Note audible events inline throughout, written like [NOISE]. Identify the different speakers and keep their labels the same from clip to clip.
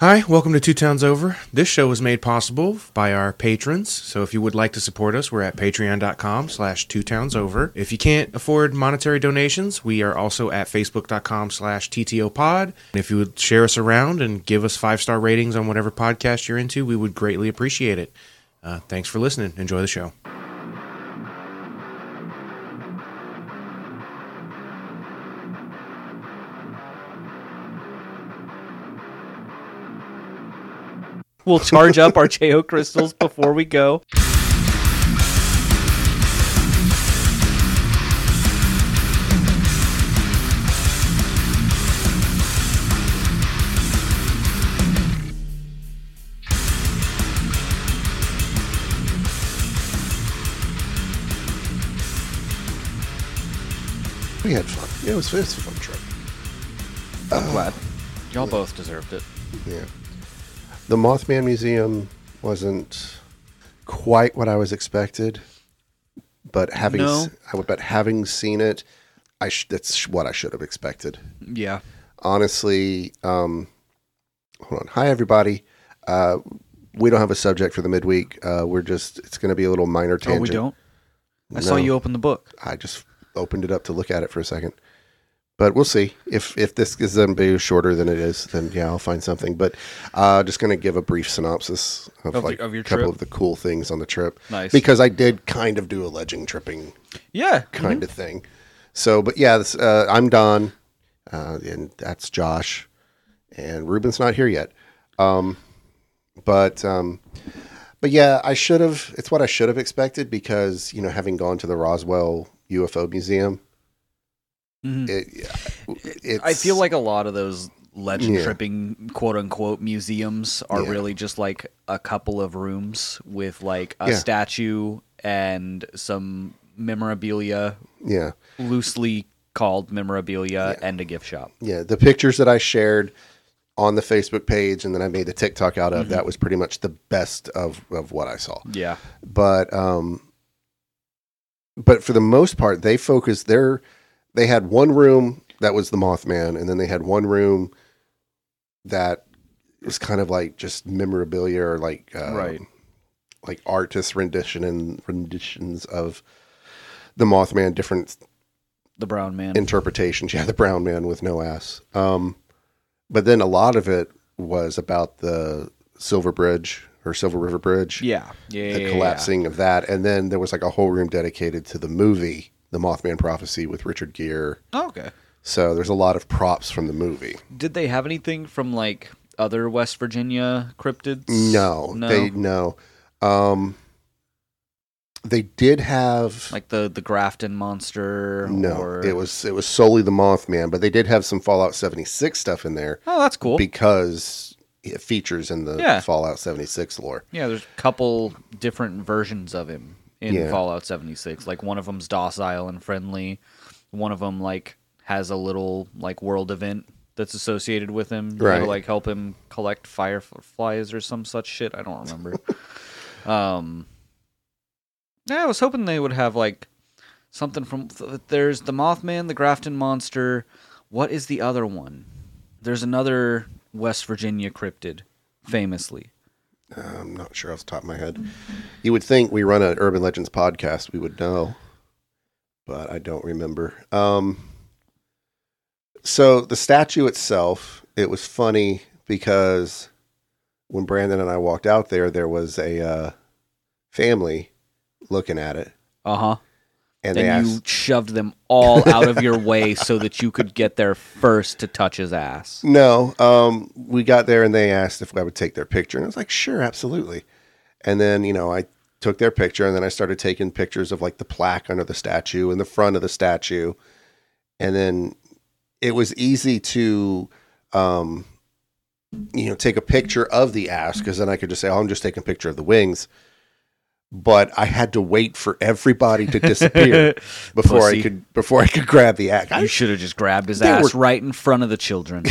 Speaker 1: Hi, welcome to Two Towns Over. This show is made possible by our patrons, so if you would like to support us, we're at patreon.com slash two towns over. If you can't afford monetary donations, we are also at facebook.com slash ttopod. If you would share us around and give us five-star ratings on whatever podcast you're into, we would greatly appreciate it. Uh, thanks for listening. Enjoy the show.
Speaker 2: We'll charge up our Cheo crystals before we go.
Speaker 3: We had fun. Yeah, it was, it was a fun trip.
Speaker 2: I'm glad. Y'all both deserved it.
Speaker 3: Yeah. The Mothman Museum wasn't quite what I was expected, but having
Speaker 2: No.
Speaker 3: s- I would- but having seen it, I sh- that's what I should have expected.
Speaker 2: Yeah.
Speaker 3: Honestly, um, hold on. Hi everybody. Uh, we don't have a subject for the midweek. Uh, we're just it's going to be a little minor
Speaker 2: Oh,
Speaker 3: tangent.
Speaker 2: we don't? I saw
Speaker 3: No.
Speaker 2: you open the book.
Speaker 3: I just opened it up to look at it for a second. But we'll see if if this is going to be shorter than it is. Then yeah, I'll find something. But uh, just going to give a brief synopsis of,
Speaker 2: Of the-
Speaker 3: like
Speaker 2: of your
Speaker 3: a couple
Speaker 2: trip?
Speaker 3: of the cool things on the trip.
Speaker 2: Nice.
Speaker 3: because I did kind of do a legend tripping
Speaker 2: Yeah.
Speaker 3: kind of thing. So, but yeah, this, uh, I'm Don, uh, and that's Josh, and Ruben's not here yet. Um, but um, but yeah, I should have. It's what I should have expected because you know, having gone to the Roswell UFO Museum,
Speaker 2: Mhm.
Speaker 3: it, it's,
Speaker 2: I feel like a lot of those legend
Speaker 3: Yeah.
Speaker 2: tripping quote unquote museums are
Speaker 3: Yeah.
Speaker 2: really just like a couple of rooms with like a
Speaker 3: Yeah.
Speaker 2: statue and some memorabilia,
Speaker 3: yeah,
Speaker 2: loosely called memorabilia, and a gift shop.
Speaker 3: yeah. The pictures that I shared on the Facebook page, and then I made a TikTok out
Speaker 2: Mm-hmm.
Speaker 3: of that was pretty much the best of of what I saw.
Speaker 2: Yeah.
Speaker 3: but um but for the most part they focused their they had one room that was the mothman and then they had one room that was kind of like just memorabilia or like um,
Speaker 2: Right.
Speaker 3: like artist rendition and renditions of the mothman different
Speaker 2: The brown man.
Speaker 3: interpretations yeah the brown man with no ass um but then a lot of it was about the silver bridge or silver river bridge
Speaker 2: yeah. Yeah. yeah,
Speaker 3: the
Speaker 2: yeah,
Speaker 3: collapsing of that. And then there was like a whole room dedicated to the movie, The Mothman Prophecy with Richard Gere.
Speaker 2: yeah. Oh, okay.
Speaker 3: So there's a lot of props from the movie.
Speaker 2: Did they have anything from like other West Virginia cryptids?
Speaker 3: No,
Speaker 2: no.
Speaker 3: they no. Um, they did have
Speaker 2: like the the Grafton monster.
Speaker 3: no.
Speaker 2: or...
Speaker 3: It was it was solely the Mothman, but they did have some Fallout 76 stuff in there
Speaker 2: Oh, that's cool.
Speaker 3: because it features in the
Speaker 2: Yeah.
Speaker 3: Fallout 76 lore.
Speaker 2: Yeah, there's a couple different versions of him in
Speaker 3: Yeah.
Speaker 2: Fallout 76. Like one of them's docile and friendly. One of them like has a little like world event that's associated with him. You gotta,
Speaker 3: Right.
Speaker 2: like help him collect fireflies or some such shit. I don't
Speaker 3: [LAUGHS]
Speaker 2: remember. um Yeah, I was hoping they would have like something from there's the Mothman, the Grafton monster. What is the other one? There's another West Virginia cryptid famously.
Speaker 3: I'm not sure off the top of my head. You would think we run an urban legends podcast, we would know, but I don't remember. Um, so the statue itself, it was funny because when Brandon and I walked out there, there was a uh, family looking at it,
Speaker 2: Uh-huh.
Speaker 3: and they
Speaker 2: and you
Speaker 3: asked,
Speaker 2: shoved them all out of
Speaker 3: [LAUGHS]
Speaker 2: your way so that you could get there first to touch his ass.
Speaker 3: "No." Um, we got there, and they asked if I would take their picture, and I was like, "Sure, absolutely." And then you know I took their picture, and then I started taking pictures of like the plaque under the statue and the front of the statue, and then it was easy to, um, you know, take a picture of the ass because then I could just say, "Oh, I'm just taking a picture of the wings." But I had to wait for everybody to disappear before
Speaker 2: Pussy.
Speaker 3: I could before I could grab the act.
Speaker 2: You should have just grabbed his
Speaker 3: They
Speaker 2: ass
Speaker 3: were-
Speaker 2: right in front of the
Speaker 3: [LAUGHS]
Speaker 2: children.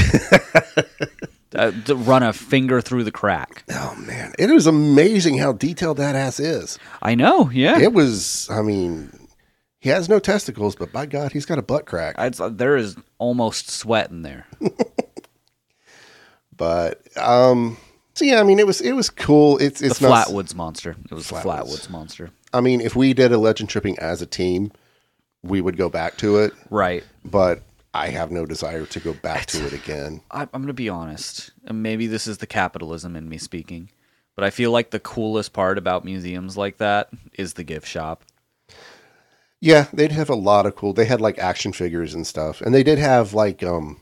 Speaker 2: uh, to run a finger through the crack.
Speaker 3: Oh man, it was amazing how detailed that ass is.
Speaker 2: I know, yeah.
Speaker 3: It was, I mean, he has no testicles, but by God,
Speaker 2: uh,
Speaker 3: he's got a butt crack.
Speaker 2: I'd, there is almost sweat in there.
Speaker 3: But um, so yeah, I mean, it was it was cool. It's it's
Speaker 2: the
Speaker 3: not.
Speaker 2: Flatwoods monster. It was the
Speaker 3: Flatwoods.
Speaker 2: Flatwoods monster.
Speaker 3: I mean, if we did a legend tripping as a team, we would go back to it.
Speaker 2: Right.
Speaker 3: But I have no desire to go back to it again.
Speaker 2: I, I'm going to be honest, and maybe this is the capitalism in me speaking, but I feel like the coolest part about museums like that is the gift shop.
Speaker 3: Yeah, they'd have a lot of cool. They had like action figures and stuff, and they did have like um,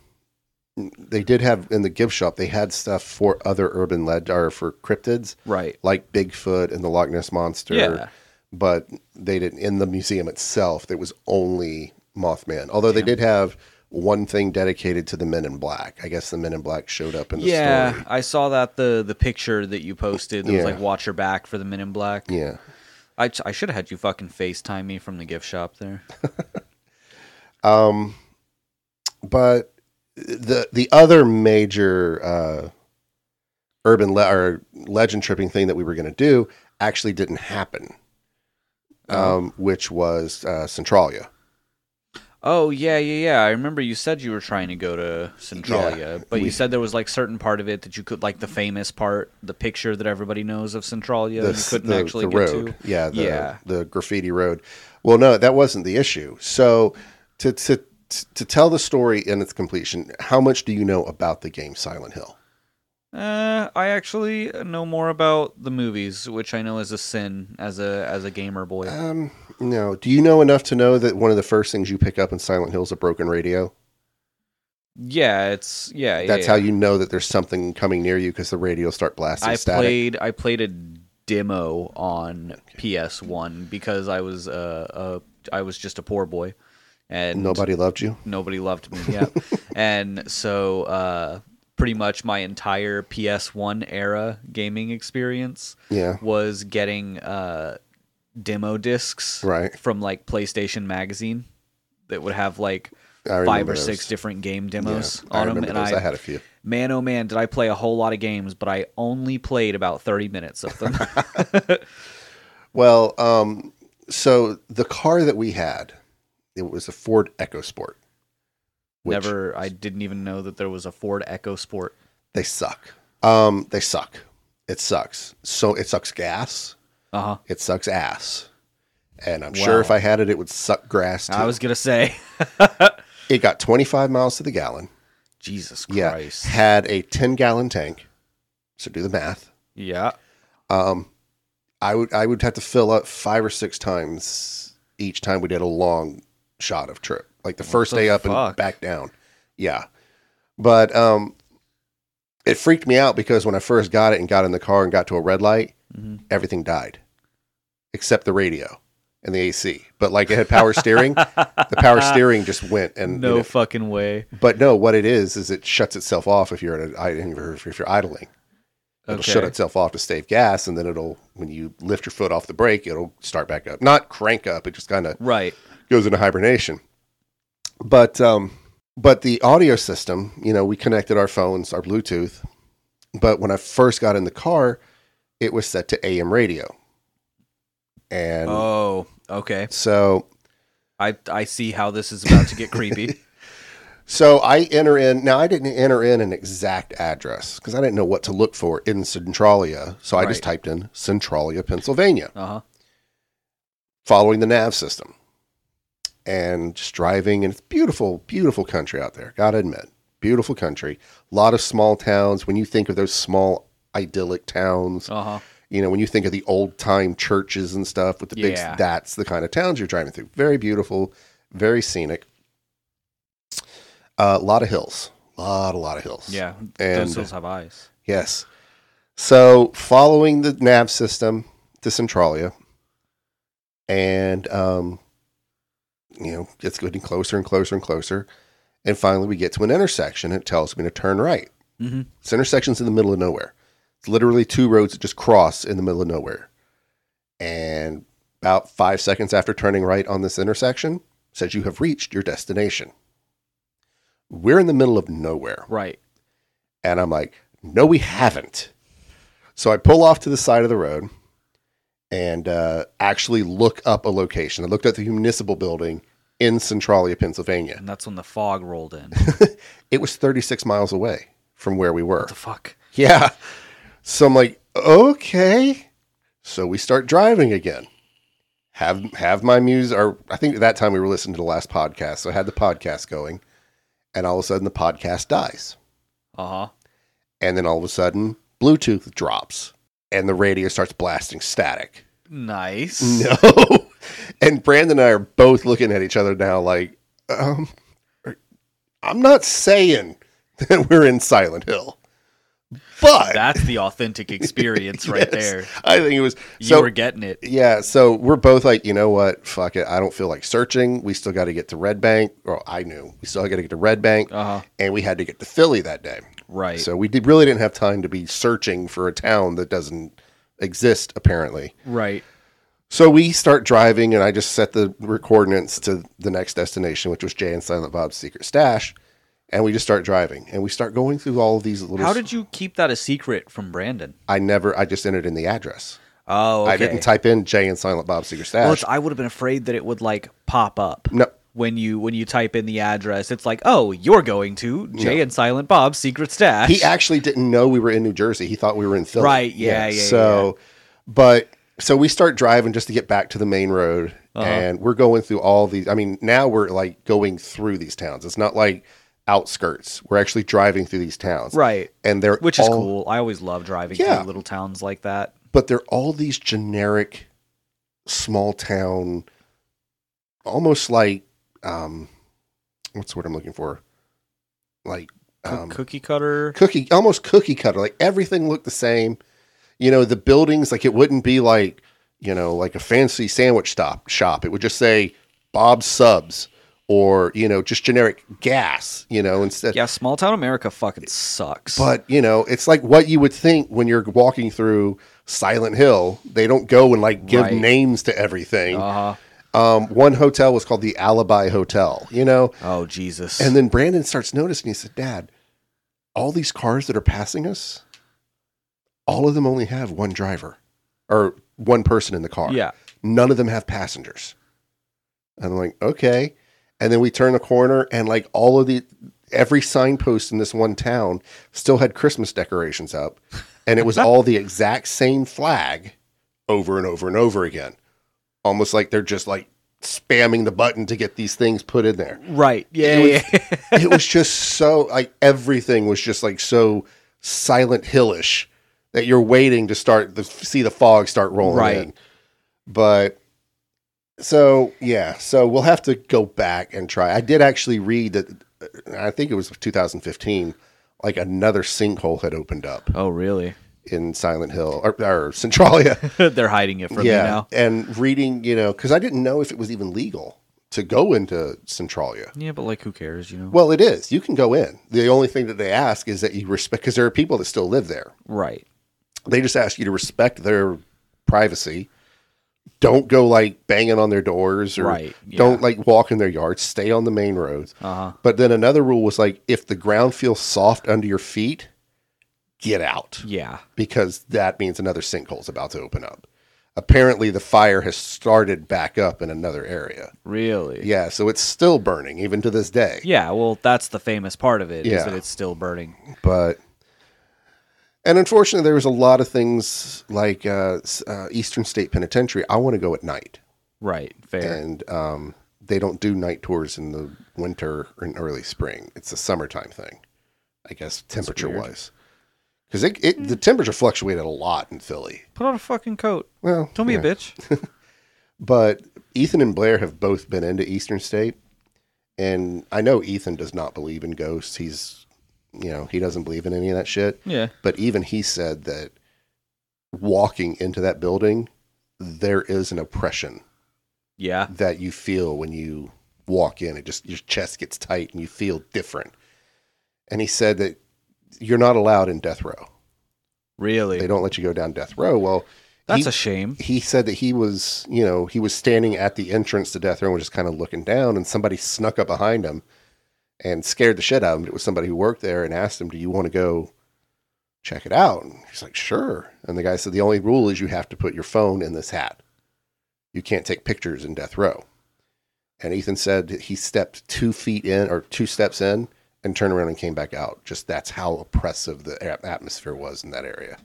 Speaker 3: they did have in the gift shop. They had stuff for other urban led or for cryptids,
Speaker 2: Right.
Speaker 3: like Bigfoot and the Loch Ness monster.
Speaker 2: Yeah.
Speaker 3: But they didn't in the museum itself. There was only Mothman. Although they did have one thing dedicated to the Men in Black. I guess the Men in Black showed up in the
Speaker 2: yeah,
Speaker 3: story.
Speaker 2: I saw that the the picture that you posted. It was
Speaker 3: Yeah.
Speaker 2: like watch your back for the Men in Black.
Speaker 3: Yeah.
Speaker 2: I, I should have had you fucking FaceTime me from the gift shop there.
Speaker 3: Um, but the the other major uh, urban le- or legend tripping thing that we were going to do actually didn't happen, um, which was uh, Centralia.
Speaker 2: Oh yeah, yeah, yeah. I remember you said you were trying to go to Centralia, but you said there was like certain part of it that you could like the famous part, the picture that everybody knows of Centralia, you
Speaker 3: s-
Speaker 2: couldn't actually
Speaker 3: the
Speaker 2: get
Speaker 3: road.
Speaker 2: to.
Speaker 3: Yeah, the,
Speaker 2: Yeah.
Speaker 3: the graffiti road. Well, no, that wasn't the issue. So to to to tell the story in its completion, how much do you know about the game Silent Hill?
Speaker 2: Uh, I actually know more about the movies, which I know is a sin as a as a gamer boy.
Speaker 3: Um, no. Do you know enough to know that one of the first things you pick up in Silent Hill is a broken radio?
Speaker 2: yeah, it's yeah.
Speaker 3: That's
Speaker 2: yeah,
Speaker 3: how you know that there's something coming near you because the radio start blasting
Speaker 2: I
Speaker 3: static.
Speaker 2: played I played a demo on PS1 because I was uh, uh I was just a poor boy and
Speaker 3: Nobody loved you.
Speaker 2: nobody loved me.
Speaker 3: [LAUGHS]
Speaker 2: Yeah. and so uh pretty much my entire PS1 era gaming experience
Speaker 3: Yeah.
Speaker 2: was getting uh demo discs
Speaker 3: Right.
Speaker 2: from like PlayStation magazine that would have like
Speaker 3: I remember
Speaker 2: five or
Speaker 3: those.
Speaker 2: six different game
Speaker 3: Yeah,
Speaker 2: demos
Speaker 3: I
Speaker 2: on them
Speaker 3: remember
Speaker 2: and
Speaker 3: those.
Speaker 2: I,
Speaker 3: I had a few.
Speaker 2: man oh man did I play a whole lot of games but I only played about 30 minutes of them.
Speaker 3: Well, um, so the car that we had, it was a Ford EcoSport. [LAUGHS] Which
Speaker 2: Never I didn't even know that there was a Ford Echo Sport.
Speaker 3: They suck. Um, they suck. It sucks. So it sucks gas.
Speaker 2: Uh-huh.
Speaker 3: It sucks ass. And I'm sure if I had it, it would suck grass too.
Speaker 2: I was going to say [LAUGHS]
Speaker 3: it got 25 miles to the gallon.
Speaker 2: Jesus
Speaker 3: Yeah.
Speaker 2: Christ.
Speaker 3: Had a 10 gallon tank. So do the math.
Speaker 2: yeah.
Speaker 3: Um, I would I would have to fill up five or six times each time we did a long shot of trip, like the first
Speaker 2: the
Speaker 3: day up
Speaker 2: fuck?
Speaker 3: and back down. Yeah, but um, it freaked me out because when I first got it and got in the car and got to a red light,
Speaker 2: Mhm.
Speaker 3: everything died except the radio and the AC. But like it had power steering, the power steering just went and
Speaker 2: no
Speaker 3: and it-
Speaker 2: fucking way.
Speaker 3: but no, what it is is it shuts itself off if you're at an, if you're idling. It'll shut itself off to save gas, and then it'll when you lift your foot off the brake, it'll start back up. Not crank up; it just kind of
Speaker 2: Right.
Speaker 3: goes into hibernation. But um, but the audio system, you know, we connected our phones, our Bluetooth. But when I first got in the car, it was set to AM radio, and
Speaker 2: Oh, okay.
Speaker 3: so
Speaker 2: I I see how this is about to get
Speaker 3: [LAUGHS]
Speaker 2: creepy.
Speaker 3: So I enter in. Now I didn't enter in an exact address because I didn't know what to look for in Centralia. So I just
Speaker 2: Right.
Speaker 3: typed in Centralia, Pennsylvania,
Speaker 2: Uh huh.
Speaker 3: following the nav system, and just driving. And it's beautiful, beautiful country out there. Gotta admit, beautiful country. A lot of small towns. When you think of those small idyllic towns,
Speaker 2: Uh huh.
Speaker 3: you know, when you think of the old time churches and stuff with the big,
Speaker 2: Yeah.
Speaker 3: that's the kind of towns you're driving through. Very beautiful, very scenic. A lot of hills, a lot, a lot of hills.
Speaker 2: Yeah.
Speaker 3: And-
Speaker 2: those hills have eyes.
Speaker 3: Yes. So following the nav system to Centralia, and um, you know, it's getting closer and closer and closer, and finally we get to an intersection. It tells me to turn right.
Speaker 2: Mhm.
Speaker 3: This intersection's in the middle of nowhere. It's literally two roads that just cross in the middle of nowhere. And about five seconds after turning right on this intersection, it says you have reached your destination. We're in the middle of nowhere.
Speaker 2: Right.
Speaker 3: And I'm like, no, we haven't. So I pull off to the side of the road and uh, actually look up a location. I looked at the municipal building in Centralia, Pennsylvania.
Speaker 2: And that's when the fog rolled in.
Speaker 3: It was 36 miles away from where we were.
Speaker 2: [LAUGHS] What the fuck?
Speaker 3: Yeah. So I'm like, okay. So we start driving again. Have have my muse or I think at that time we were listening to the last podcast. So I had the podcast going. And all of a sudden the podcast dies.
Speaker 2: Uh huh.
Speaker 3: And then all of a sudden Bluetooth drops and the radio starts blasting static.
Speaker 2: Nice.
Speaker 3: [LAUGHS] No. and Brandon and I are both looking at each other now like, um, I'm not saying [LAUGHS] that we're in Silent Hill. But
Speaker 2: That's the authentic experience right
Speaker 3: [LAUGHS] Yes.
Speaker 2: there.
Speaker 3: I think it was
Speaker 2: You
Speaker 3: so
Speaker 2: were getting it.
Speaker 3: yeah, so we're both like, you know what? Fuck it. I don't feel like searching. We still got to get to Red Bank. Or I knew we still got to get to Red Bank,
Speaker 2: Uh huh.
Speaker 3: and we had to get to Philly that day.
Speaker 2: Right.
Speaker 3: So we did, really didn't have time to be searching for a town that doesn't exist apparently.
Speaker 2: right.
Speaker 3: So we start driving, and I just set the coordinates to the next destination, which was Jay and Silent Bob's secret stash, and we just start driving, and we start going through all of these little.
Speaker 2: How did you keep that a secret from Brandon?
Speaker 3: I never? I just entered in the address.
Speaker 2: Oh, okay.
Speaker 3: I didn't type in Jay and Silent Bob's secret stash.
Speaker 2: Well, it's, I would have been afraid that it would like pop up.
Speaker 3: no.
Speaker 2: When you when you type in the address, it's like, oh, you're going to Jay and Silent Bob's secret stash.
Speaker 3: He actually didn't know we were in New Jersey. He thought we were in Philly.
Speaker 2: Right, yeah, yeah,
Speaker 3: So, but so we start driving just to get back to the main road,
Speaker 2: Uh-huh.
Speaker 3: and we're going through all these. I mean, now we're like going through these towns. It's not like outskirts. We're actually driving through these towns,
Speaker 2: right,
Speaker 3: And they're
Speaker 2: which is
Speaker 3: all-
Speaker 2: cool. I always love driving
Speaker 3: Yeah.
Speaker 2: through little towns like that.
Speaker 3: but they're all these generic small town almost like um what's the word i'm looking for like
Speaker 2: Coo-
Speaker 3: um
Speaker 2: cookie cutter.
Speaker 3: cookie almost cookie cutter like everything looked the same you know the buildings like it wouldn't be like you know like a fancy sandwich stop shop it would just say bob's subs or you know just generic gas you know instead
Speaker 2: Yeah, small town America fucking sucks.
Speaker 3: but you know, it's like what you would think when you're walking through Silent Hill. They don't go and like give
Speaker 2: Right.
Speaker 3: names to everything.
Speaker 2: uh huh.
Speaker 3: Um, one hotel was called the Alibi Hotel, you know.
Speaker 2: Oh Jesus.
Speaker 3: And then Brandon starts noticing. He said, "Dad, all these cars that are passing us, all of them only have one driver or one person in the car.
Speaker 2: yeah.
Speaker 3: none of them have passengers." And I'm like, "Okay." And then we turn a corner, and like all of the every signpost in this one town still had Christmas decorations up, and it was all the exact same flag over and over and over again, almost like they're just like spamming the button to get these things put in there
Speaker 2: Right. Yeah.
Speaker 3: It
Speaker 2: yeah, [LAUGHS] yeah.
Speaker 3: it was just so like everything was just like so silent hillish that you're waiting to start the see the fog start rolling
Speaker 2: Right.
Speaker 3: in. But so yeah, so we'll have to go back and try. I did actually read that uh, I think it was 2015 like another sinkhole had opened up
Speaker 2: oh really? [LAUGHS]
Speaker 3: in Silent Hill or, or Centralia.
Speaker 2: They're hiding it from you now.
Speaker 3: And reading, you know, cuz I didn't know if it was even legal to go into Centralia.
Speaker 2: Yeah, but like, who cares? You know.
Speaker 3: Well, it is. You can go in. The only thing that they ask is that you respect, because there are people that still live there.
Speaker 2: right.
Speaker 3: They just ask you to respect their privacy. Don't go like banging on their doors or
Speaker 2: Right, yeah.
Speaker 3: don't like walk in their yards. Stay on the main roads.
Speaker 2: Uh huh.
Speaker 3: But then another rule was like if the ground feels soft under your feet, get out
Speaker 2: Yeah.
Speaker 3: because that means another sinkhole is about to open up. Apparently, the fire has started back up in another area.
Speaker 2: Really.
Speaker 3: Yeah, so it's still burning even to this day.
Speaker 2: Yeah, well, that's the famous part of it is
Speaker 3: Yeah.
Speaker 2: that it's still burning.
Speaker 3: but and unfortunately there was a lot of things like uh, s- uh, eastern state penitentiary i want to go at night
Speaker 2: Right, fair.
Speaker 3: and um, they don't do night tours in the winter or in early spring it's a summertime thing i guess temperature wise because it, it the temperature fluctuated a lot in philly
Speaker 2: Put on a fucking coat.
Speaker 3: well
Speaker 2: Don't be
Speaker 3: yeah.
Speaker 2: a bitch.
Speaker 3: but ethan and blair have both been into eastern state and i know ethan does not believe in ghosts he's you know he doesn't believe in any of that shit
Speaker 2: Yeah.
Speaker 3: But even he said that walking into that building, there is an oppression
Speaker 2: Yeah.
Speaker 3: that you feel when you walk in. It just your chest gets tight and you feel different. And he said that you're not allowed in death row. They
Speaker 2: Really?
Speaker 3: don't let you go down death row. Well,
Speaker 2: That's
Speaker 3: he,
Speaker 2: a shame.
Speaker 3: he said that he was, you know, he was standing at the entrance to death row and was just kind of looking down, and somebody snuck up behind him and scared the shit out of him. It was somebody who worked there and asked him, "Do you want to go check it out?" And he's like, "Sure." And the guy said, "The only rule is you have to put your phone in this hat. You can't take pictures in death row." And Ethan said that he stepped two feet in or two steps in, and turned around and came back out. Just that's how oppressive the a- atmosphere was in that area.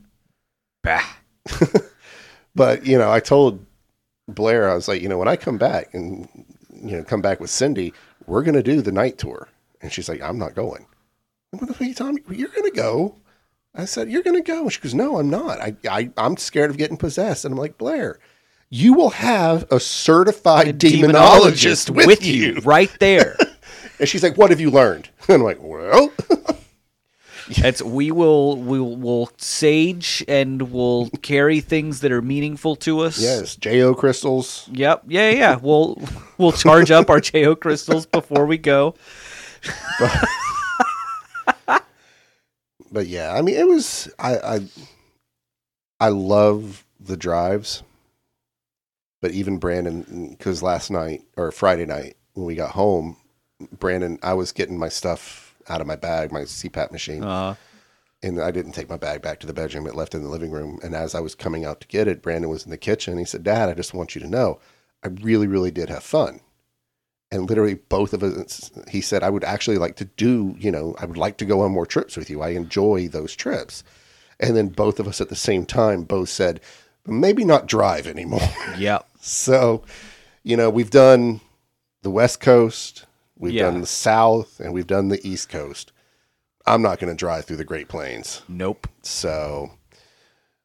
Speaker 2: Bah.
Speaker 3: But you know, I told Blair, I was like, you know, when I come back and you know come back with Cindy, we're gonna do the night tour, and she's like, I'm not going. What the fuck are you telling me? You're gonna go. I said, you're gonna go. And she goes, no, I'm not. I, I I'm scared of getting possessed. And I'm like, Blair, you will have a certified demonologist, with, [LAUGHS] you.
Speaker 2: right [LAUGHS] there.
Speaker 3: And she's like, what have you learned? [LAUGHS] And I'm like, well,
Speaker 2: That's we will we will we'll sage and we'll carry things that are meaningful to us.
Speaker 3: yes, Jo crystals.
Speaker 2: Yep. Yeah. yeah, Yeah. We'll we'll charge up our Jo crystals before we go.
Speaker 3: but yeah, I mean, it was I I, I love the drives, but even Brandon because last night or Friday night when we got home, Brandon, I was getting my stuff out of my bag, my CPAP machine,
Speaker 2: Uh,
Speaker 3: and I didn't take my bag back to the bedroom. It left in the living room, and as I was coming out to get it, Brandon was in the kitchen. He said, "Dad, I just want you to know, I really, really did have fun." And literally, both of us, he said, I would actually like to do, you know, I would like to go on more trips with you. I enjoy those trips. And then both of us at the same time both said, maybe not drive anymore. [LAUGHS]
Speaker 2: yep.
Speaker 3: so, you know, we've done the West Coast, we've
Speaker 2: Yeah.
Speaker 3: done the South, and we've done the East Coast. I'm not going to drive through the Great Plains.
Speaker 2: Nope.
Speaker 3: So,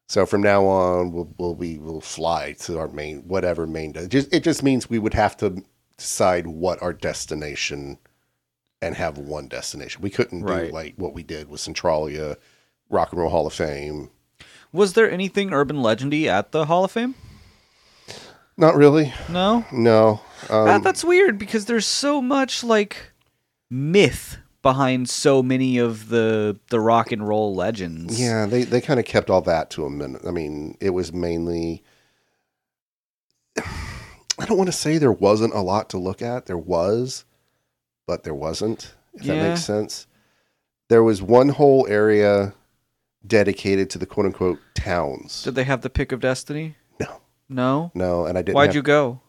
Speaker 3: so from now on, we'll, we'll we will fly to our main whatever main. de- Just it just means we would have to decide what our destination, and have one destination. We couldn't
Speaker 2: Right.
Speaker 3: do like what we did with Centralia, Rock and Roll Hall of Fame.
Speaker 2: Was there anything urban legendy at the Hall of Fame?
Speaker 3: Not really.
Speaker 2: No.
Speaker 3: No. Um,
Speaker 2: Ah, that's weird because there's so much like myth behind so many of the the rock and roll legends.
Speaker 3: Yeah, they, they kind of kept all that to a minute. I mean, it was mainly. [SIGHS] I don't want to say there wasn't a lot to look at. There was, but there wasn't, if that
Speaker 2: Yeah.
Speaker 3: makes sense. There was one whole area dedicated to the quote unquote towns.
Speaker 2: Did they have the pick of destiny?
Speaker 3: No.
Speaker 2: No.
Speaker 3: No, and I didn't.
Speaker 2: Why'd
Speaker 3: have-
Speaker 2: you go?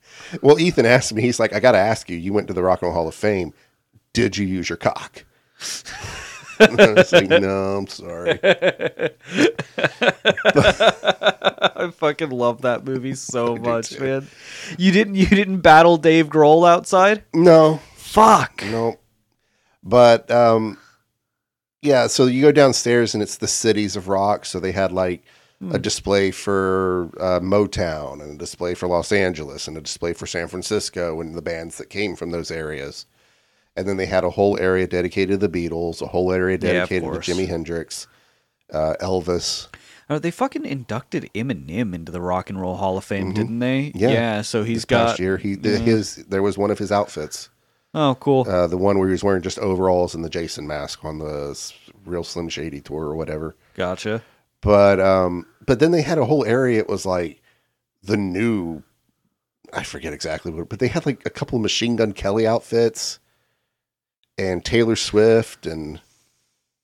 Speaker 2: [LAUGHS]
Speaker 3: Well, Ethan asked me, he's like, I got to ask you, you went to the Rock and Roll Hall of Fame. Did you use your cock? [LAUGHS] And I was like, no, I'm
Speaker 2: [LAUGHS]
Speaker 3: sorry.
Speaker 2: I fucking love that
Speaker 3: [LAUGHS]
Speaker 2: movie so much,
Speaker 3: too.
Speaker 2: man. You didn't you didn't battle Dave Grohl outside?
Speaker 3: No,
Speaker 2: Fuck.
Speaker 3: No. But um yeah, so you go downstairs and it's the cities of rock. So they had like
Speaker 2: Hmm.
Speaker 3: a display for uh, Motown and a display for Los Angeles and a display for San Francisco and the bands that came from those areas. And then they had a whole area dedicated to the Beatles, a whole area
Speaker 2: Yeah, of
Speaker 3: dedicated
Speaker 2: course.
Speaker 3: to Jimi Hendrix, uh, Elvis.
Speaker 2: Oh, they fucking inducted Eminem into the Rock and Roll Hall of Fame, didn't they?
Speaker 3: Mm-hmm. Yeah.
Speaker 2: so he's
Speaker 3: This past
Speaker 2: got Mm.
Speaker 3: year, he his there was one of his outfits,
Speaker 2: Oh, cool.
Speaker 3: uh, the one where he was wearing just overalls and the Jason mask on the s- Real Slim Shady tour or whatever.
Speaker 2: Gotcha.
Speaker 3: but um but then they had a whole area it was like the new i forget exactly what but they had like a couple of machine gun kelly outfits and taylor swift and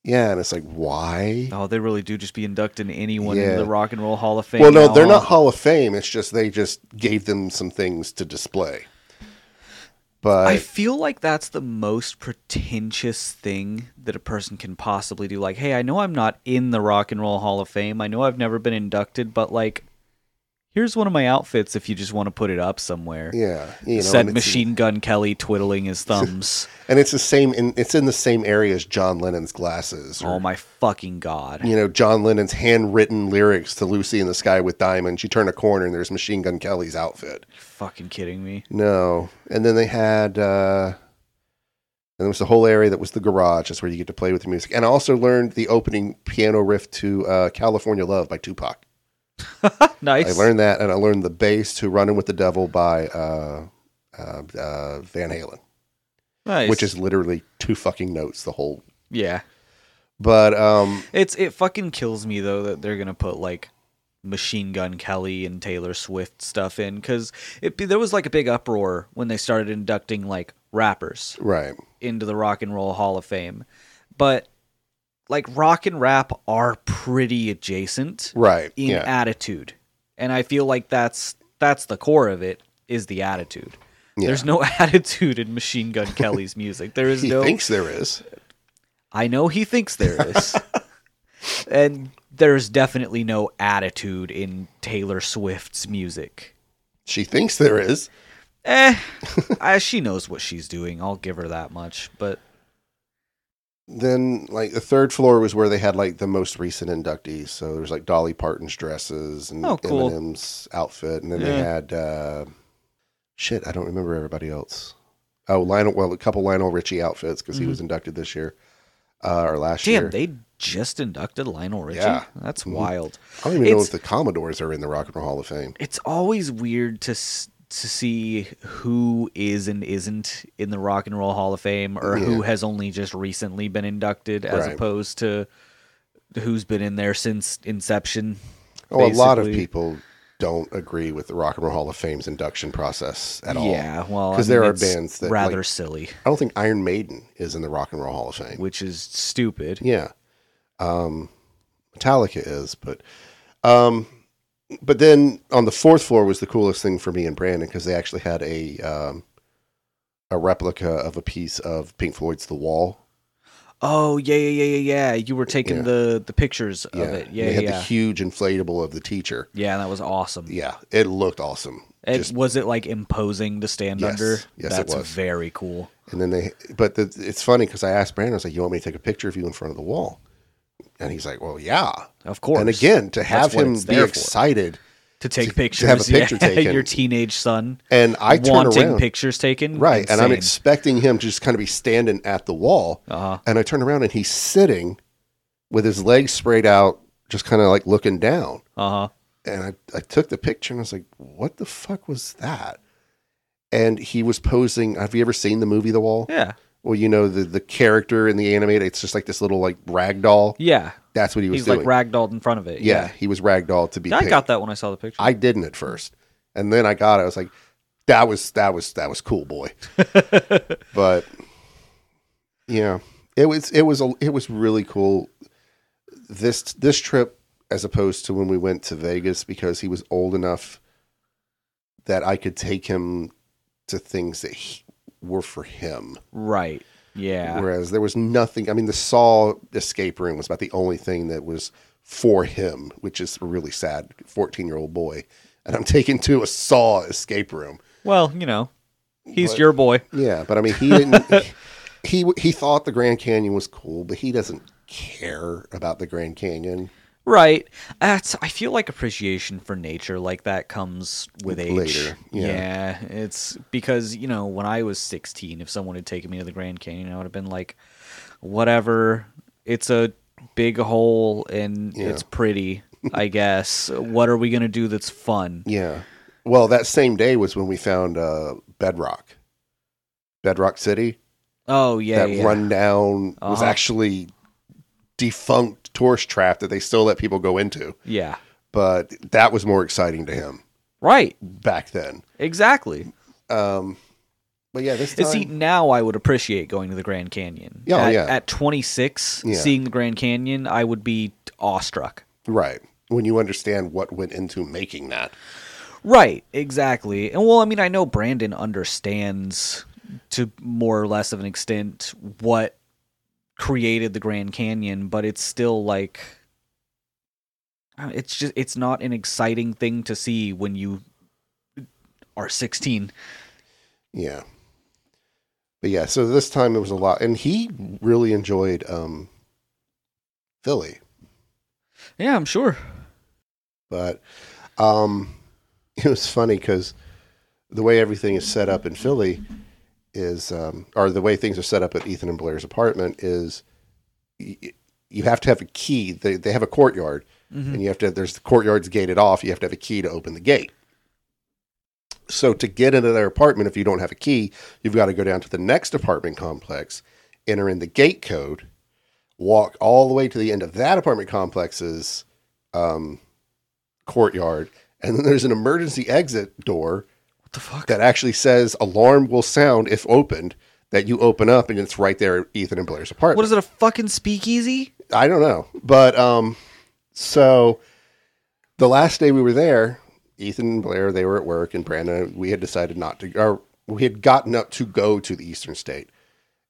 Speaker 3: yeah and it's like why
Speaker 2: Oh, they really do just be inducting anyone into
Speaker 3: Yeah.
Speaker 2: the Rock and Roll Hall of Fame.
Speaker 3: well no they're
Speaker 2: now.
Speaker 3: not hall of fame it's just they just gave them some things to display
Speaker 2: I
Speaker 3: but
Speaker 2: feel like that's the most pretentious thing that a person can possibly do. Like, hey, I know I'm not in the Rock and Roll Hall of Fame. I know I've never been inducted, but like, here's one of my outfits if you just want to put it up somewhere.
Speaker 3: yeah you know
Speaker 2: Said
Speaker 3: and it's-
Speaker 2: Machine Gun Kelly twiddling
Speaker 3: [LAUGHS]
Speaker 2: his thumbs.
Speaker 3: and it's the same in, it's in the same area as john lennon's glasses or
Speaker 2: oh my fucking god.
Speaker 3: you know John Lennon's handwritten lyrics to Lucy in the Sky with Diamonds. You turn a corner and there's Machine Gun Kelly's outfit.
Speaker 2: fucking kidding me.
Speaker 3: No, and then they had, uh, and there was the whole area that was the garage. That's where you get to play with the music. And I also learned the opening piano riff to uh, "California Love" by Tupac. I
Speaker 2: Nice.
Speaker 3: learned that, and I learned the bass to "Running with the Devil" by uh, uh, uh, Van Halen,
Speaker 2: nice.
Speaker 3: which is literally two fucking notes the whole.
Speaker 2: yeah.
Speaker 3: But um,
Speaker 2: It's it fucking kills me though that they're gonna put like Machine Gun Kelly and Taylor Swift stuff in because it be- there was like a big uproar when they started inducting like rappers
Speaker 3: right,
Speaker 2: into the Rock and Roll Hall of Fame, but like rock and rap are pretty adjacent
Speaker 3: right,
Speaker 2: in
Speaker 3: yeah.
Speaker 2: attitude, and I feel like that's that's the core of it is the attitude.
Speaker 3: Yeah.
Speaker 2: There's no [LAUGHS] attitude in Machine Gun Kelly's music. There
Speaker 3: [LAUGHS]
Speaker 2: is
Speaker 3: he
Speaker 2: no.
Speaker 3: thinks there is.
Speaker 2: I know he thinks there
Speaker 3: [LAUGHS]
Speaker 2: is, and there's definitely no attitude in Taylor Swift's music.
Speaker 3: She thinks there is.
Speaker 2: Eh, I, she knows what she's doing. I'll give her that much. But
Speaker 3: Then, like the third floor was where they had like the most recent inductees. So there's like Dolly Parton's dresses and
Speaker 2: Oh, cool.
Speaker 3: Eminem's outfit, and then they
Speaker 2: Yeah.
Speaker 3: had uh, shit. I don't remember everybody else. Oh, Lionel. Well, a couple Lionel Richie outfits because he was inducted this year uh, or last
Speaker 2: Mm-hmm. damn,
Speaker 3: year.
Speaker 2: they just inducted Lionel Richie.
Speaker 3: Yeah. Mm-hmm.
Speaker 2: That's wild.
Speaker 3: I don't even know
Speaker 2: it's-
Speaker 3: if the Commodores are in the Rock and Roll Hall of Fame.
Speaker 2: It's always weird to s- to see who is and isn't in the Rock and Roll Hall of Fame, or who
Speaker 3: Yeah.
Speaker 2: has only just recently been inducted, as
Speaker 3: Right.
Speaker 2: opposed to who's been in there since inception.
Speaker 3: Oh, a lot of
Speaker 2: basically.
Speaker 3: people don't agree with the Rock and Roll Hall of Fame's induction process at all.
Speaker 2: Yeah, well, I
Speaker 3: 'Cause there
Speaker 2: mean,
Speaker 3: are
Speaker 2: it's
Speaker 3: bands that,
Speaker 2: rather
Speaker 3: like-
Speaker 2: silly,
Speaker 3: I don't think Iron Maiden is in the Rock and Roll Hall of Fame.
Speaker 2: which is stupid.
Speaker 3: Yeah. Um, Metallica is, but um, but then on the fourth floor was the coolest thing for me and Brandon because they actually had a um, a replica of a piece of Pink Floyd's The Wall.
Speaker 2: Oh yeah, yeah, yeah, yeah, yeah. You were taking
Speaker 3: Yeah.
Speaker 2: the the pictures of it. Yeah,
Speaker 3: they
Speaker 2: yeah,
Speaker 3: had
Speaker 2: yeah.
Speaker 3: the huge inflatable of the teacher.
Speaker 2: yeah. That was awesome.
Speaker 3: Yeah, it looked awesome.
Speaker 2: It,
Speaker 3: Just-
Speaker 2: was it like imposing to stand
Speaker 3: Yes.
Speaker 2: under?
Speaker 3: Yes, it
Speaker 2: That's
Speaker 3: was.
Speaker 2: very cool.
Speaker 3: And then they, but the, it's funny because I asked Brandon, I was like, "You want me to take a picture of you in front of the wall?" And he's like, "Well, yeah."
Speaker 2: Of course.
Speaker 3: And again, to
Speaker 2: That's
Speaker 3: have
Speaker 2: what
Speaker 3: him
Speaker 2: it's
Speaker 3: be
Speaker 2: there for,
Speaker 3: excited,
Speaker 2: to take
Speaker 3: to
Speaker 2: pictures, [LAUGHS]
Speaker 3: have a picture
Speaker 2: yeah,
Speaker 3: taken.
Speaker 2: your teenage son
Speaker 3: and I turn
Speaker 2: wanting
Speaker 3: around,
Speaker 2: pictures taken,
Speaker 3: right, and I'm
Speaker 2: Insane.
Speaker 3: expecting him to just kind of be standing at the wall,
Speaker 2: uh-huh.
Speaker 3: and I turn around and he's sitting with his legs sprayed out, just kind of like looking down.
Speaker 2: Uh huh.
Speaker 3: And I, I took the picture and I was like, "What the fuck was that?" And he was posing. Have you ever seen the movie The Wall?
Speaker 2: Yeah.
Speaker 3: Well, you know the the character in the animated, it's just like this little like rag doll.
Speaker 2: Yeah.
Speaker 3: That's what he was
Speaker 2: He's
Speaker 3: doing.
Speaker 2: like ragdolled in front of it.
Speaker 3: yeah, he was ragdoll to be.
Speaker 2: Yeah, I
Speaker 3: paid.
Speaker 2: got that when I saw the picture.
Speaker 3: I didn't at first, and then I got it. I was like, that was that was that was cool, boy. but yeah, it was it was a, it was really cool. This this trip, as opposed to when we went to Vegas, because he was old enough that I could take him to things that he, were for him.
Speaker 2: right. Yeah.
Speaker 3: Whereas there was nothing. I mean, the Saw escape room was about the only thing that was for him, which is really sad. Fourteen-year-old boy, and I'm taken to a Saw escape room.
Speaker 2: Well, you know, he's
Speaker 3: But-
Speaker 2: your boy.
Speaker 3: Yeah, but I mean,
Speaker 2: [LAUGHS]
Speaker 3: he didn't. he he thought the Grand Canyon was cool, but he doesn't care about the Grand Canyon.
Speaker 2: Right. That's, I feel like appreciation for nature like that comes with age.
Speaker 3: Later, yeah.
Speaker 2: yeah. It's because, you know, when I was 16, if someone had taken me to the Grand Canyon, I would have been like, whatever. It's a big hole and
Speaker 3: Yeah.
Speaker 2: it's pretty, I guess. What are we going to do that's fun?
Speaker 3: Yeah. Well, that same day was when we found uh, Bedrock, Bedrock City.
Speaker 2: Oh, yeah.
Speaker 3: that
Speaker 2: yeah.
Speaker 3: rundown was
Speaker 2: Uh-huh.
Speaker 3: actually defunct tourist trap that they still let people go into.
Speaker 2: yeah.
Speaker 3: But that was more exciting to him
Speaker 2: Right.
Speaker 3: back then.
Speaker 2: Exactly.
Speaker 3: Um, but yeah, this
Speaker 2: And
Speaker 3: time,
Speaker 2: See, now I would appreciate going to the Grand Canyon.
Speaker 3: Yeah,
Speaker 2: at,
Speaker 3: yeah.
Speaker 2: At 26,
Speaker 3: Yeah.
Speaker 2: seeing the Grand Canyon, I would be awestruck.
Speaker 3: right? When you understand what went into making that,
Speaker 2: Right, exactly. And well, I mean, I know Brandon understands to more or less of an extent what created the Grand Canyon, but it's still like uh, it's just it's not an exciting thing to see when you are 16.
Speaker 3: yeah. But yeah, so this time it was a lot, and he really enjoyed um, Philly.
Speaker 2: Yeah, I'm sure.
Speaker 3: But um, [LAUGHS] it was funny because the way everything is set up in Philly is, um, or the way things are set up at Ethan and Blair's apartment is, y- you have to have a key. They they have a courtyard, and you have to. There's the courtyard's gated off. You have to have a key to open the gate. So to get into their apartment, if you don't have a key, you've got to go down to the next apartment complex, enter in the gate code, walk all the way to the end of that apartment complex's um, courtyard, and then there's an emergency exit door
Speaker 2: What the fuck?
Speaker 3: that actually says alarm will sound if opened. That you open up and it's right there at Ethan and Blair's apartment.
Speaker 2: What is it a fucking speakeasy?
Speaker 3: I don't know. But um so the last day we were there, Ethan and Blair, they were at work and Brandon we had decided not to or we had gotten up to go to the Eastern State,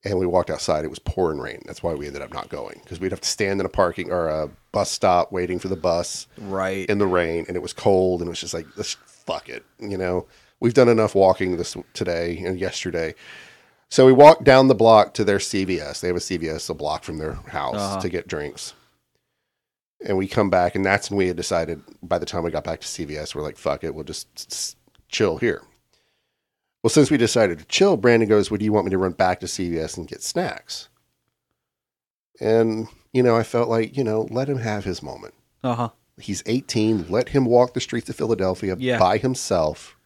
Speaker 3: and we walked outside. It was pouring rain. That's why we ended up not going because we'd have to stand in a parking or a bus stop waiting for the bus
Speaker 2: Right.
Speaker 3: in the rain, and it was cold, and it was just like, let's fuck it. You know, we've done enough walking this today and yesterday. So we walked down the block to their CVS. They have a CVS a block from their house
Speaker 2: Uh-huh.
Speaker 3: to get drinks. And we come back, and that's when we had decided by the time we got back to CVS, we're like, fuck it, we'll just s- s- chill here. Well, since we decided to chill, Brandon goes, Well, do you want me to run back to CVS and get snacks? And, you know, I felt like, you know, let him have his moment.
Speaker 2: Uh huh.
Speaker 3: He's 18. Let him walk the streets of Philadelphia
Speaker 2: Yeah.
Speaker 3: by himself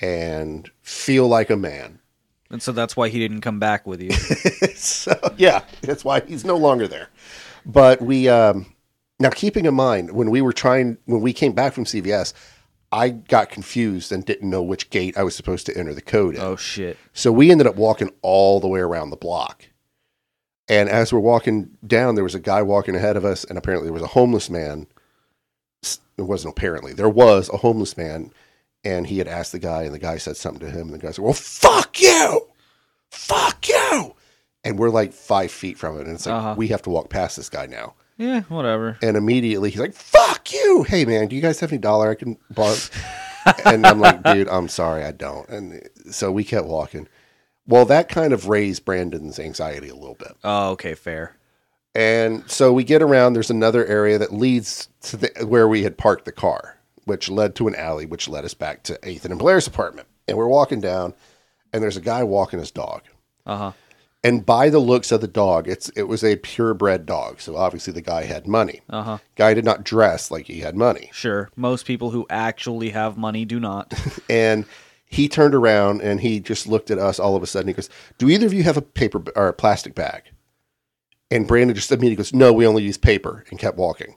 Speaker 3: and feel like a man. [LAUGHS]
Speaker 2: And so that's why he didn't come back [LAUGHS] with you.
Speaker 3: so, yeah, that's why he's no longer there. But we, um, now keeping in mind, when we were trying, when we came back from CVS, I got confused and didn't know which gate I was supposed to enter the code in.
Speaker 2: oh shit.
Speaker 3: So we ended up walking all the way around the block. And as we're walking down, there was a guy walking ahead of us, and apparently there was a homeless man. S- It wasn't apparently, there was a homeless man, and he had asked the guy, and the guy said something to him, and the guy said, Well, fuck you! Fuck you! And we're like five feet from it, and it's like,
Speaker 2: Uh-huh.
Speaker 3: we have to walk past this guy now.
Speaker 2: Yeah. Whatever.
Speaker 3: And immediately he's like, "Fuck you!" Hey man, do you guys have any dollar I can borrow? [LAUGHS] and I'm like, "Dude, I'm sorry, I don't." And so we kept walking. Well, that kind of raised Brandon's anxiety a little bit.
Speaker 2: Oh, okay. Fair.
Speaker 3: And so we get around. There's another area that leads to the, where we had parked the car, which led to an alley, which led us back to Ethan and Blair's apartment. And we're walking down, and there's a guy walking his dog.
Speaker 2: Uh huh.
Speaker 3: And by the looks of the dog, it's it was a purebred dog. So obviously the guy had money.
Speaker 2: Uh huh.
Speaker 3: Guy did not dress like he had money.
Speaker 2: Sure. Most people who actually have money do not.
Speaker 3: [LAUGHS] and he turned around and he just looked at us all of a sudden. He goes, "Do either of you have a paper b- or a plastic bag?" And Brandon just immediately goes, "No, we only use paper," and
Speaker 2: [LAUGHS]
Speaker 3: kept walking.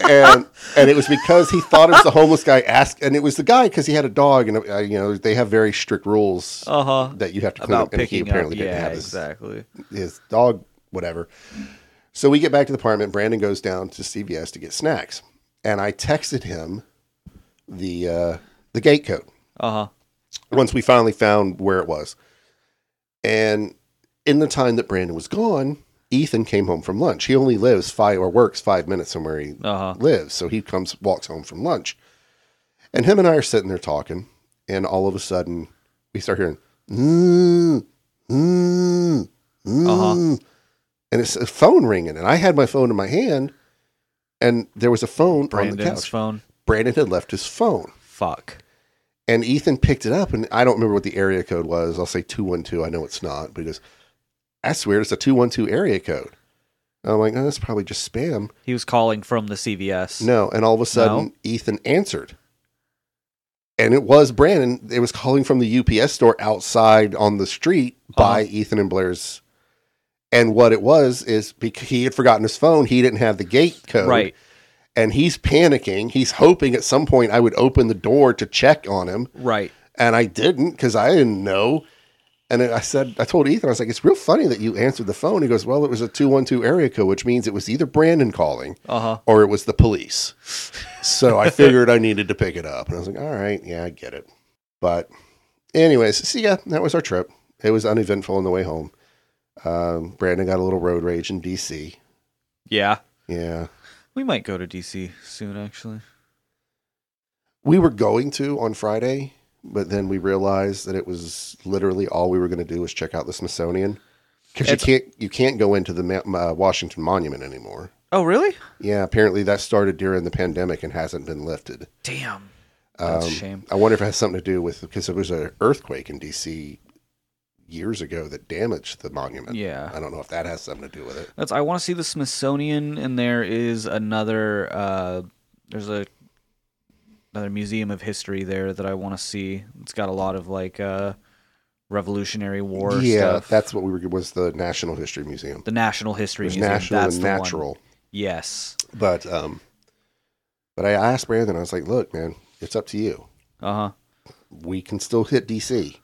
Speaker 3: and and it was because he thought it was the homeless guy asked, and it was the guy because he had a dog, and uh, you know they have very strict rules
Speaker 2: Uh huh.
Speaker 3: that you have to clean
Speaker 2: About
Speaker 3: up. And he
Speaker 2: picking up.
Speaker 3: apparently didn't
Speaker 2: Yeah.
Speaker 3: have his
Speaker 2: Exactly.
Speaker 3: his dog, whatever. So we get back to the apartment. Brandon goes down to CVS to get snacks, and I texted him the uh, the gate code
Speaker 2: Uh huh.
Speaker 3: once we finally found where it was. And in the time that Brandon was gone, Ethan came home from lunch. He only lives five or works five minutes from where he
Speaker 2: Uh huh.
Speaker 3: lives, so he comes walks home from lunch, and him and I are sitting there talking, and all of a sudden we start hearing. Mm, mm, mm,"
Speaker 2: Uh-huh.
Speaker 3: and it's a phone ringing. And I had my phone in my hand, and there was a phone on the
Speaker 2: Brandon's
Speaker 3: couch.
Speaker 2: phone.
Speaker 3: Brandon had left his phone,
Speaker 2: Fuck.
Speaker 3: and Ethan picked it up. And I don't remember what the area code was. I'll say two one two. I know it's not, but he goes, "That's weird. It's a two one two area code." And I'm like, "Oh, that's probably just spam."
Speaker 2: He was calling from the CVS.
Speaker 3: No, and all of a sudden,
Speaker 2: No?
Speaker 3: Ethan answered. And it was Brandon. It was calling from the UPS store outside on the street by
Speaker 2: Uh-huh.
Speaker 3: Ethan and Blair's. And what it was is because he had forgotten his phone, he didn't have the gate code.
Speaker 2: Right.
Speaker 3: And he's panicking. He's hoping at some point I would open the door to check on him.
Speaker 2: Right.
Speaker 3: And I didn't because I didn't know. And I said, I told Ethan, I was like, it's real funny that you answered the phone. He goes, Well, it was a 212 area code, which means it was either Brandon calling
Speaker 2: Uh huh.
Speaker 3: or it was the police. So I figured I needed to pick it up. And I was like, all right, yeah, I get it. But, anyways, so yeah, that was our trip. It was uneventful on the way home. Um, Brandon got a little road rage in DC.
Speaker 2: Yeah.
Speaker 3: Yeah.
Speaker 2: We might go to DC soon, actually.
Speaker 3: We were going to on Friday, but then we realized that it was literally all we were going to do was check out the Smithsonian. Because you
Speaker 2: It's-
Speaker 3: can't you can't go into the Ma- uh, Washington Monument anymore.
Speaker 2: Oh, really?
Speaker 3: Yeah, apparently that started during the pandemic and hasn't been lifted. Um,
Speaker 2: Damn. That's a shame.
Speaker 3: I wonder if it has something to do with because there was an earthquake in D.C. years ago that damaged the monument.
Speaker 2: Yeah.
Speaker 3: I don't know if that has something to do with it.
Speaker 2: That's. I want to see the Smithsonian, and there is another. Uh, there's a another museum of history there that I want to see. It's got a lot of like uh, Revolutionary War
Speaker 3: yeah,
Speaker 2: stuff.
Speaker 3: that's what we were. Was the National History Museum?
Speaker 2: the National History
Speaker 3: There's
Speaker 2: Museum.
Speaker 3: national
Speaker 2: That's
Speaker 3: and
Speaker 2: the one.
Speaker 3: natural,
Speaker 2: Yes.
Speaker 3: but um, but I asked Brandon. I was like, "Look, man, it's up to you.
Speaker 2: Uh huh.
Speaker 3: We can still hit D.C.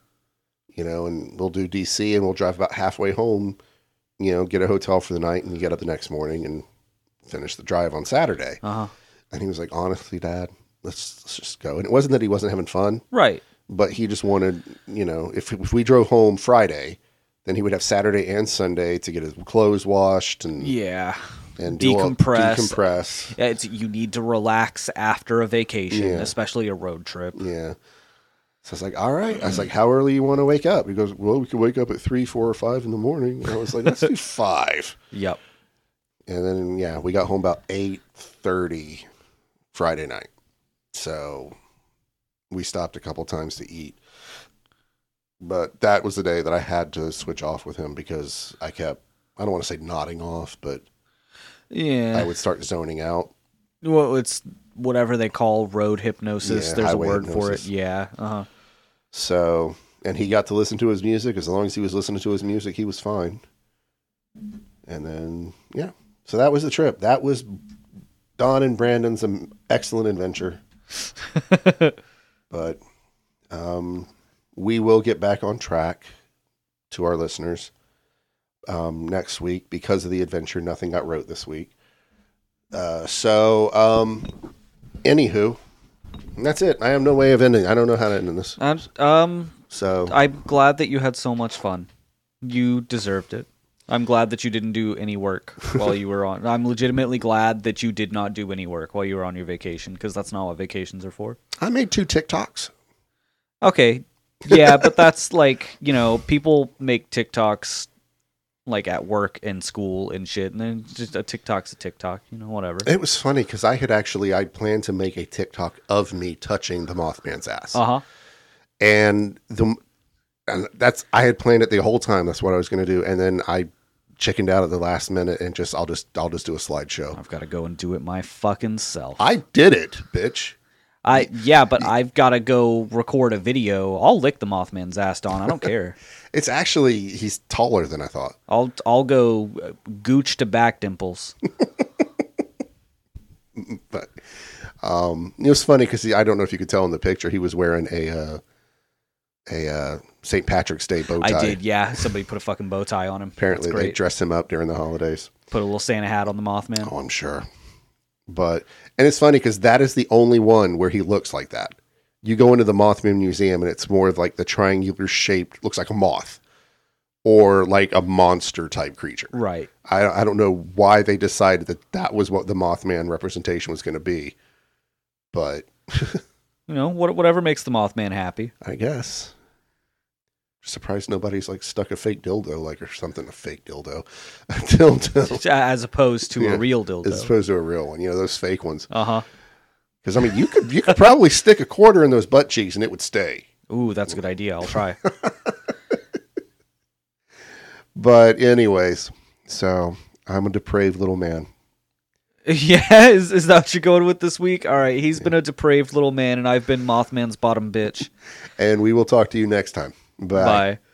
Speaker 3: You know, and we'll do D.C. and we'll drive about halfway home. You know, get a hotel for the night, and you get up the next morning and finish the drive on Saturday."
Speaker 2: Uh huh.
Speaker 3: And he was like, honestly, Dad, let's, let's just go. And it wasn't that he wasn't having fun.
Speaker 2: Right.
Speaker 3: but he just wanted, you know, if, if we drove home Friday, then he would have Saturday and Sunday to get his clothes washed and
Speaker 2: Yeah.
Speaker 3: and do all-
Speaker 2: Decompress.
Speaker 3: decompress.
Speaker 2: Yeah, It's you need to relax after a vacation,
Speaker 3: Yeah. Mm.
Speaker 2: especially a road trip.
Speaker 3: Yeah. So I was like, all right. I was like, how early you want to wake up? He goes, well, we could wake up at three, four, or five in the morning. And I was like, let's do [LAUGHS] five.
Speaker 2: Yep.
Speaker 3: And then yeah, we got home about eight thirty Friday night. So we stopped a couple times to eat. But that was the day that I had to switch off with him because I kept I don't want to say nodding off, but I
Speaker 2: Yeah.
Speaker 3: would start zoning out.
Speaker 2: well, it's whatever they call road hypnosis.
Speaker 3: Yeah,
Speaker 2: There's a
Speaker 3: highway
Speaker 2: word for it.
Speaker 3: hypnosis.
Speaker 2: Yeah. Uh-huh.
Speaker 3: So and he got to listen to his music. As long as he was listening to his music, he was fine. And then yeah. So that was the trip. That was Don and Brandon's um, excellent adventure.
Speaker 2: uh-huh. [LAUGHS]
Speaker 3: but um, we will get back on track to our listeners um, next week because of the adventure. Nothing got wrote this week. Uh, so, um, anywho, that's it. I have no way of ending. I don't know how to end this.
Speaker 2: And, um,
Speaker 3: So,
Speaker 2: I'm glad that you had so much fun. You deserved it. I'm glad that you didn't do any work while you were on. I'm legitimately glad that you did not do any work while you were on your vacation because that's not what vacations are for.
Speaker 3: I made two TikToks.
Speaker 2: Okay. Yeah, but that's like, you know, people make TikToks like at work and school and shit, and then just a TikTok's a TikTok, you know, whatever.
Speaker 3: It was funny because I had actually I planned to make a TikTok of me touching the Mothman's ass.
Speaker 2: Uh huh.
Speaker 3: and the and that's I had planned it the whole time. That's what I was going to do, and then I chickened out at the last minute and just I'll just I'll just do a slideshow.
Speaker 2: I've got to go and do it my fucking self.
Speaker 3: I did it, bitch.
Speaker 2: I yeah, but I've got to go record a video. I'll lick the Mothman's ass, Don. I don't care.
Speaker 3: It's actually he's taller than I thought.
Speaker 2: I'll I'll go uh, gooch to back
Speaker 3: [LAUGHS]
Speaker 2: dimples.
Speaker 3: But um, it was funny because I don't know if you could tell in the picture he was wearing a uh, a uh, St. Patrick's Day bow tie.
Speaker 2: I did, yeah. Somebody put a fucking bow tie on him.
Speaker 3: Apparently,
Speaker 2: That's
Speaker 3: they
Speaker 2: great.
Speaker 3: dress him up during the holidays.
Speaker 2: put a little Santa hat on the Mothman.
Speaker 3: Oh, I'm sure. But and it's funny because that is the only one where he looks like that. You go into the Mothman Museum and it's more of like the triangular shaped, looks like a moth, or like a monster type creature.
Speaker 2: Right.
Speaker 3: I I don't know why they decided that that was what the Mothman representation was going to be, but
Speaker 2: You know, what, whatever makes the Mothman happy. [LAUGHS]
Speaker 3: I guess. Surprised nobody's like stuck a fake dildo, like or something, a fake dildo, [LAUGHS] a dildo,
Speaker 2: As opposed to
Speaker 3: Yeah.
Speaker 2: a real
Speaker 3: as
Speaker 2: dildo.
Speaker 3: opposed to a real one. You know those fake ones.
Speaker 2: Uh huh.
Speaker 3: Because I mean, you could you could probably stick a quarter in those butt cheeks and it would stay.
Speaker 2: Ooh, that's a good idea. I'll try. [LAUGHS]
Speaker 3: But anyways, so I'm a depraved little man.
Speaker 2: yeah, is, is that what you're going with this week? All right, he's been a depraved little man, and I've been Mothman's bottom bitch.
Speaker 3: And we will talk to you next time. Bye.
Speaker 2: Bye.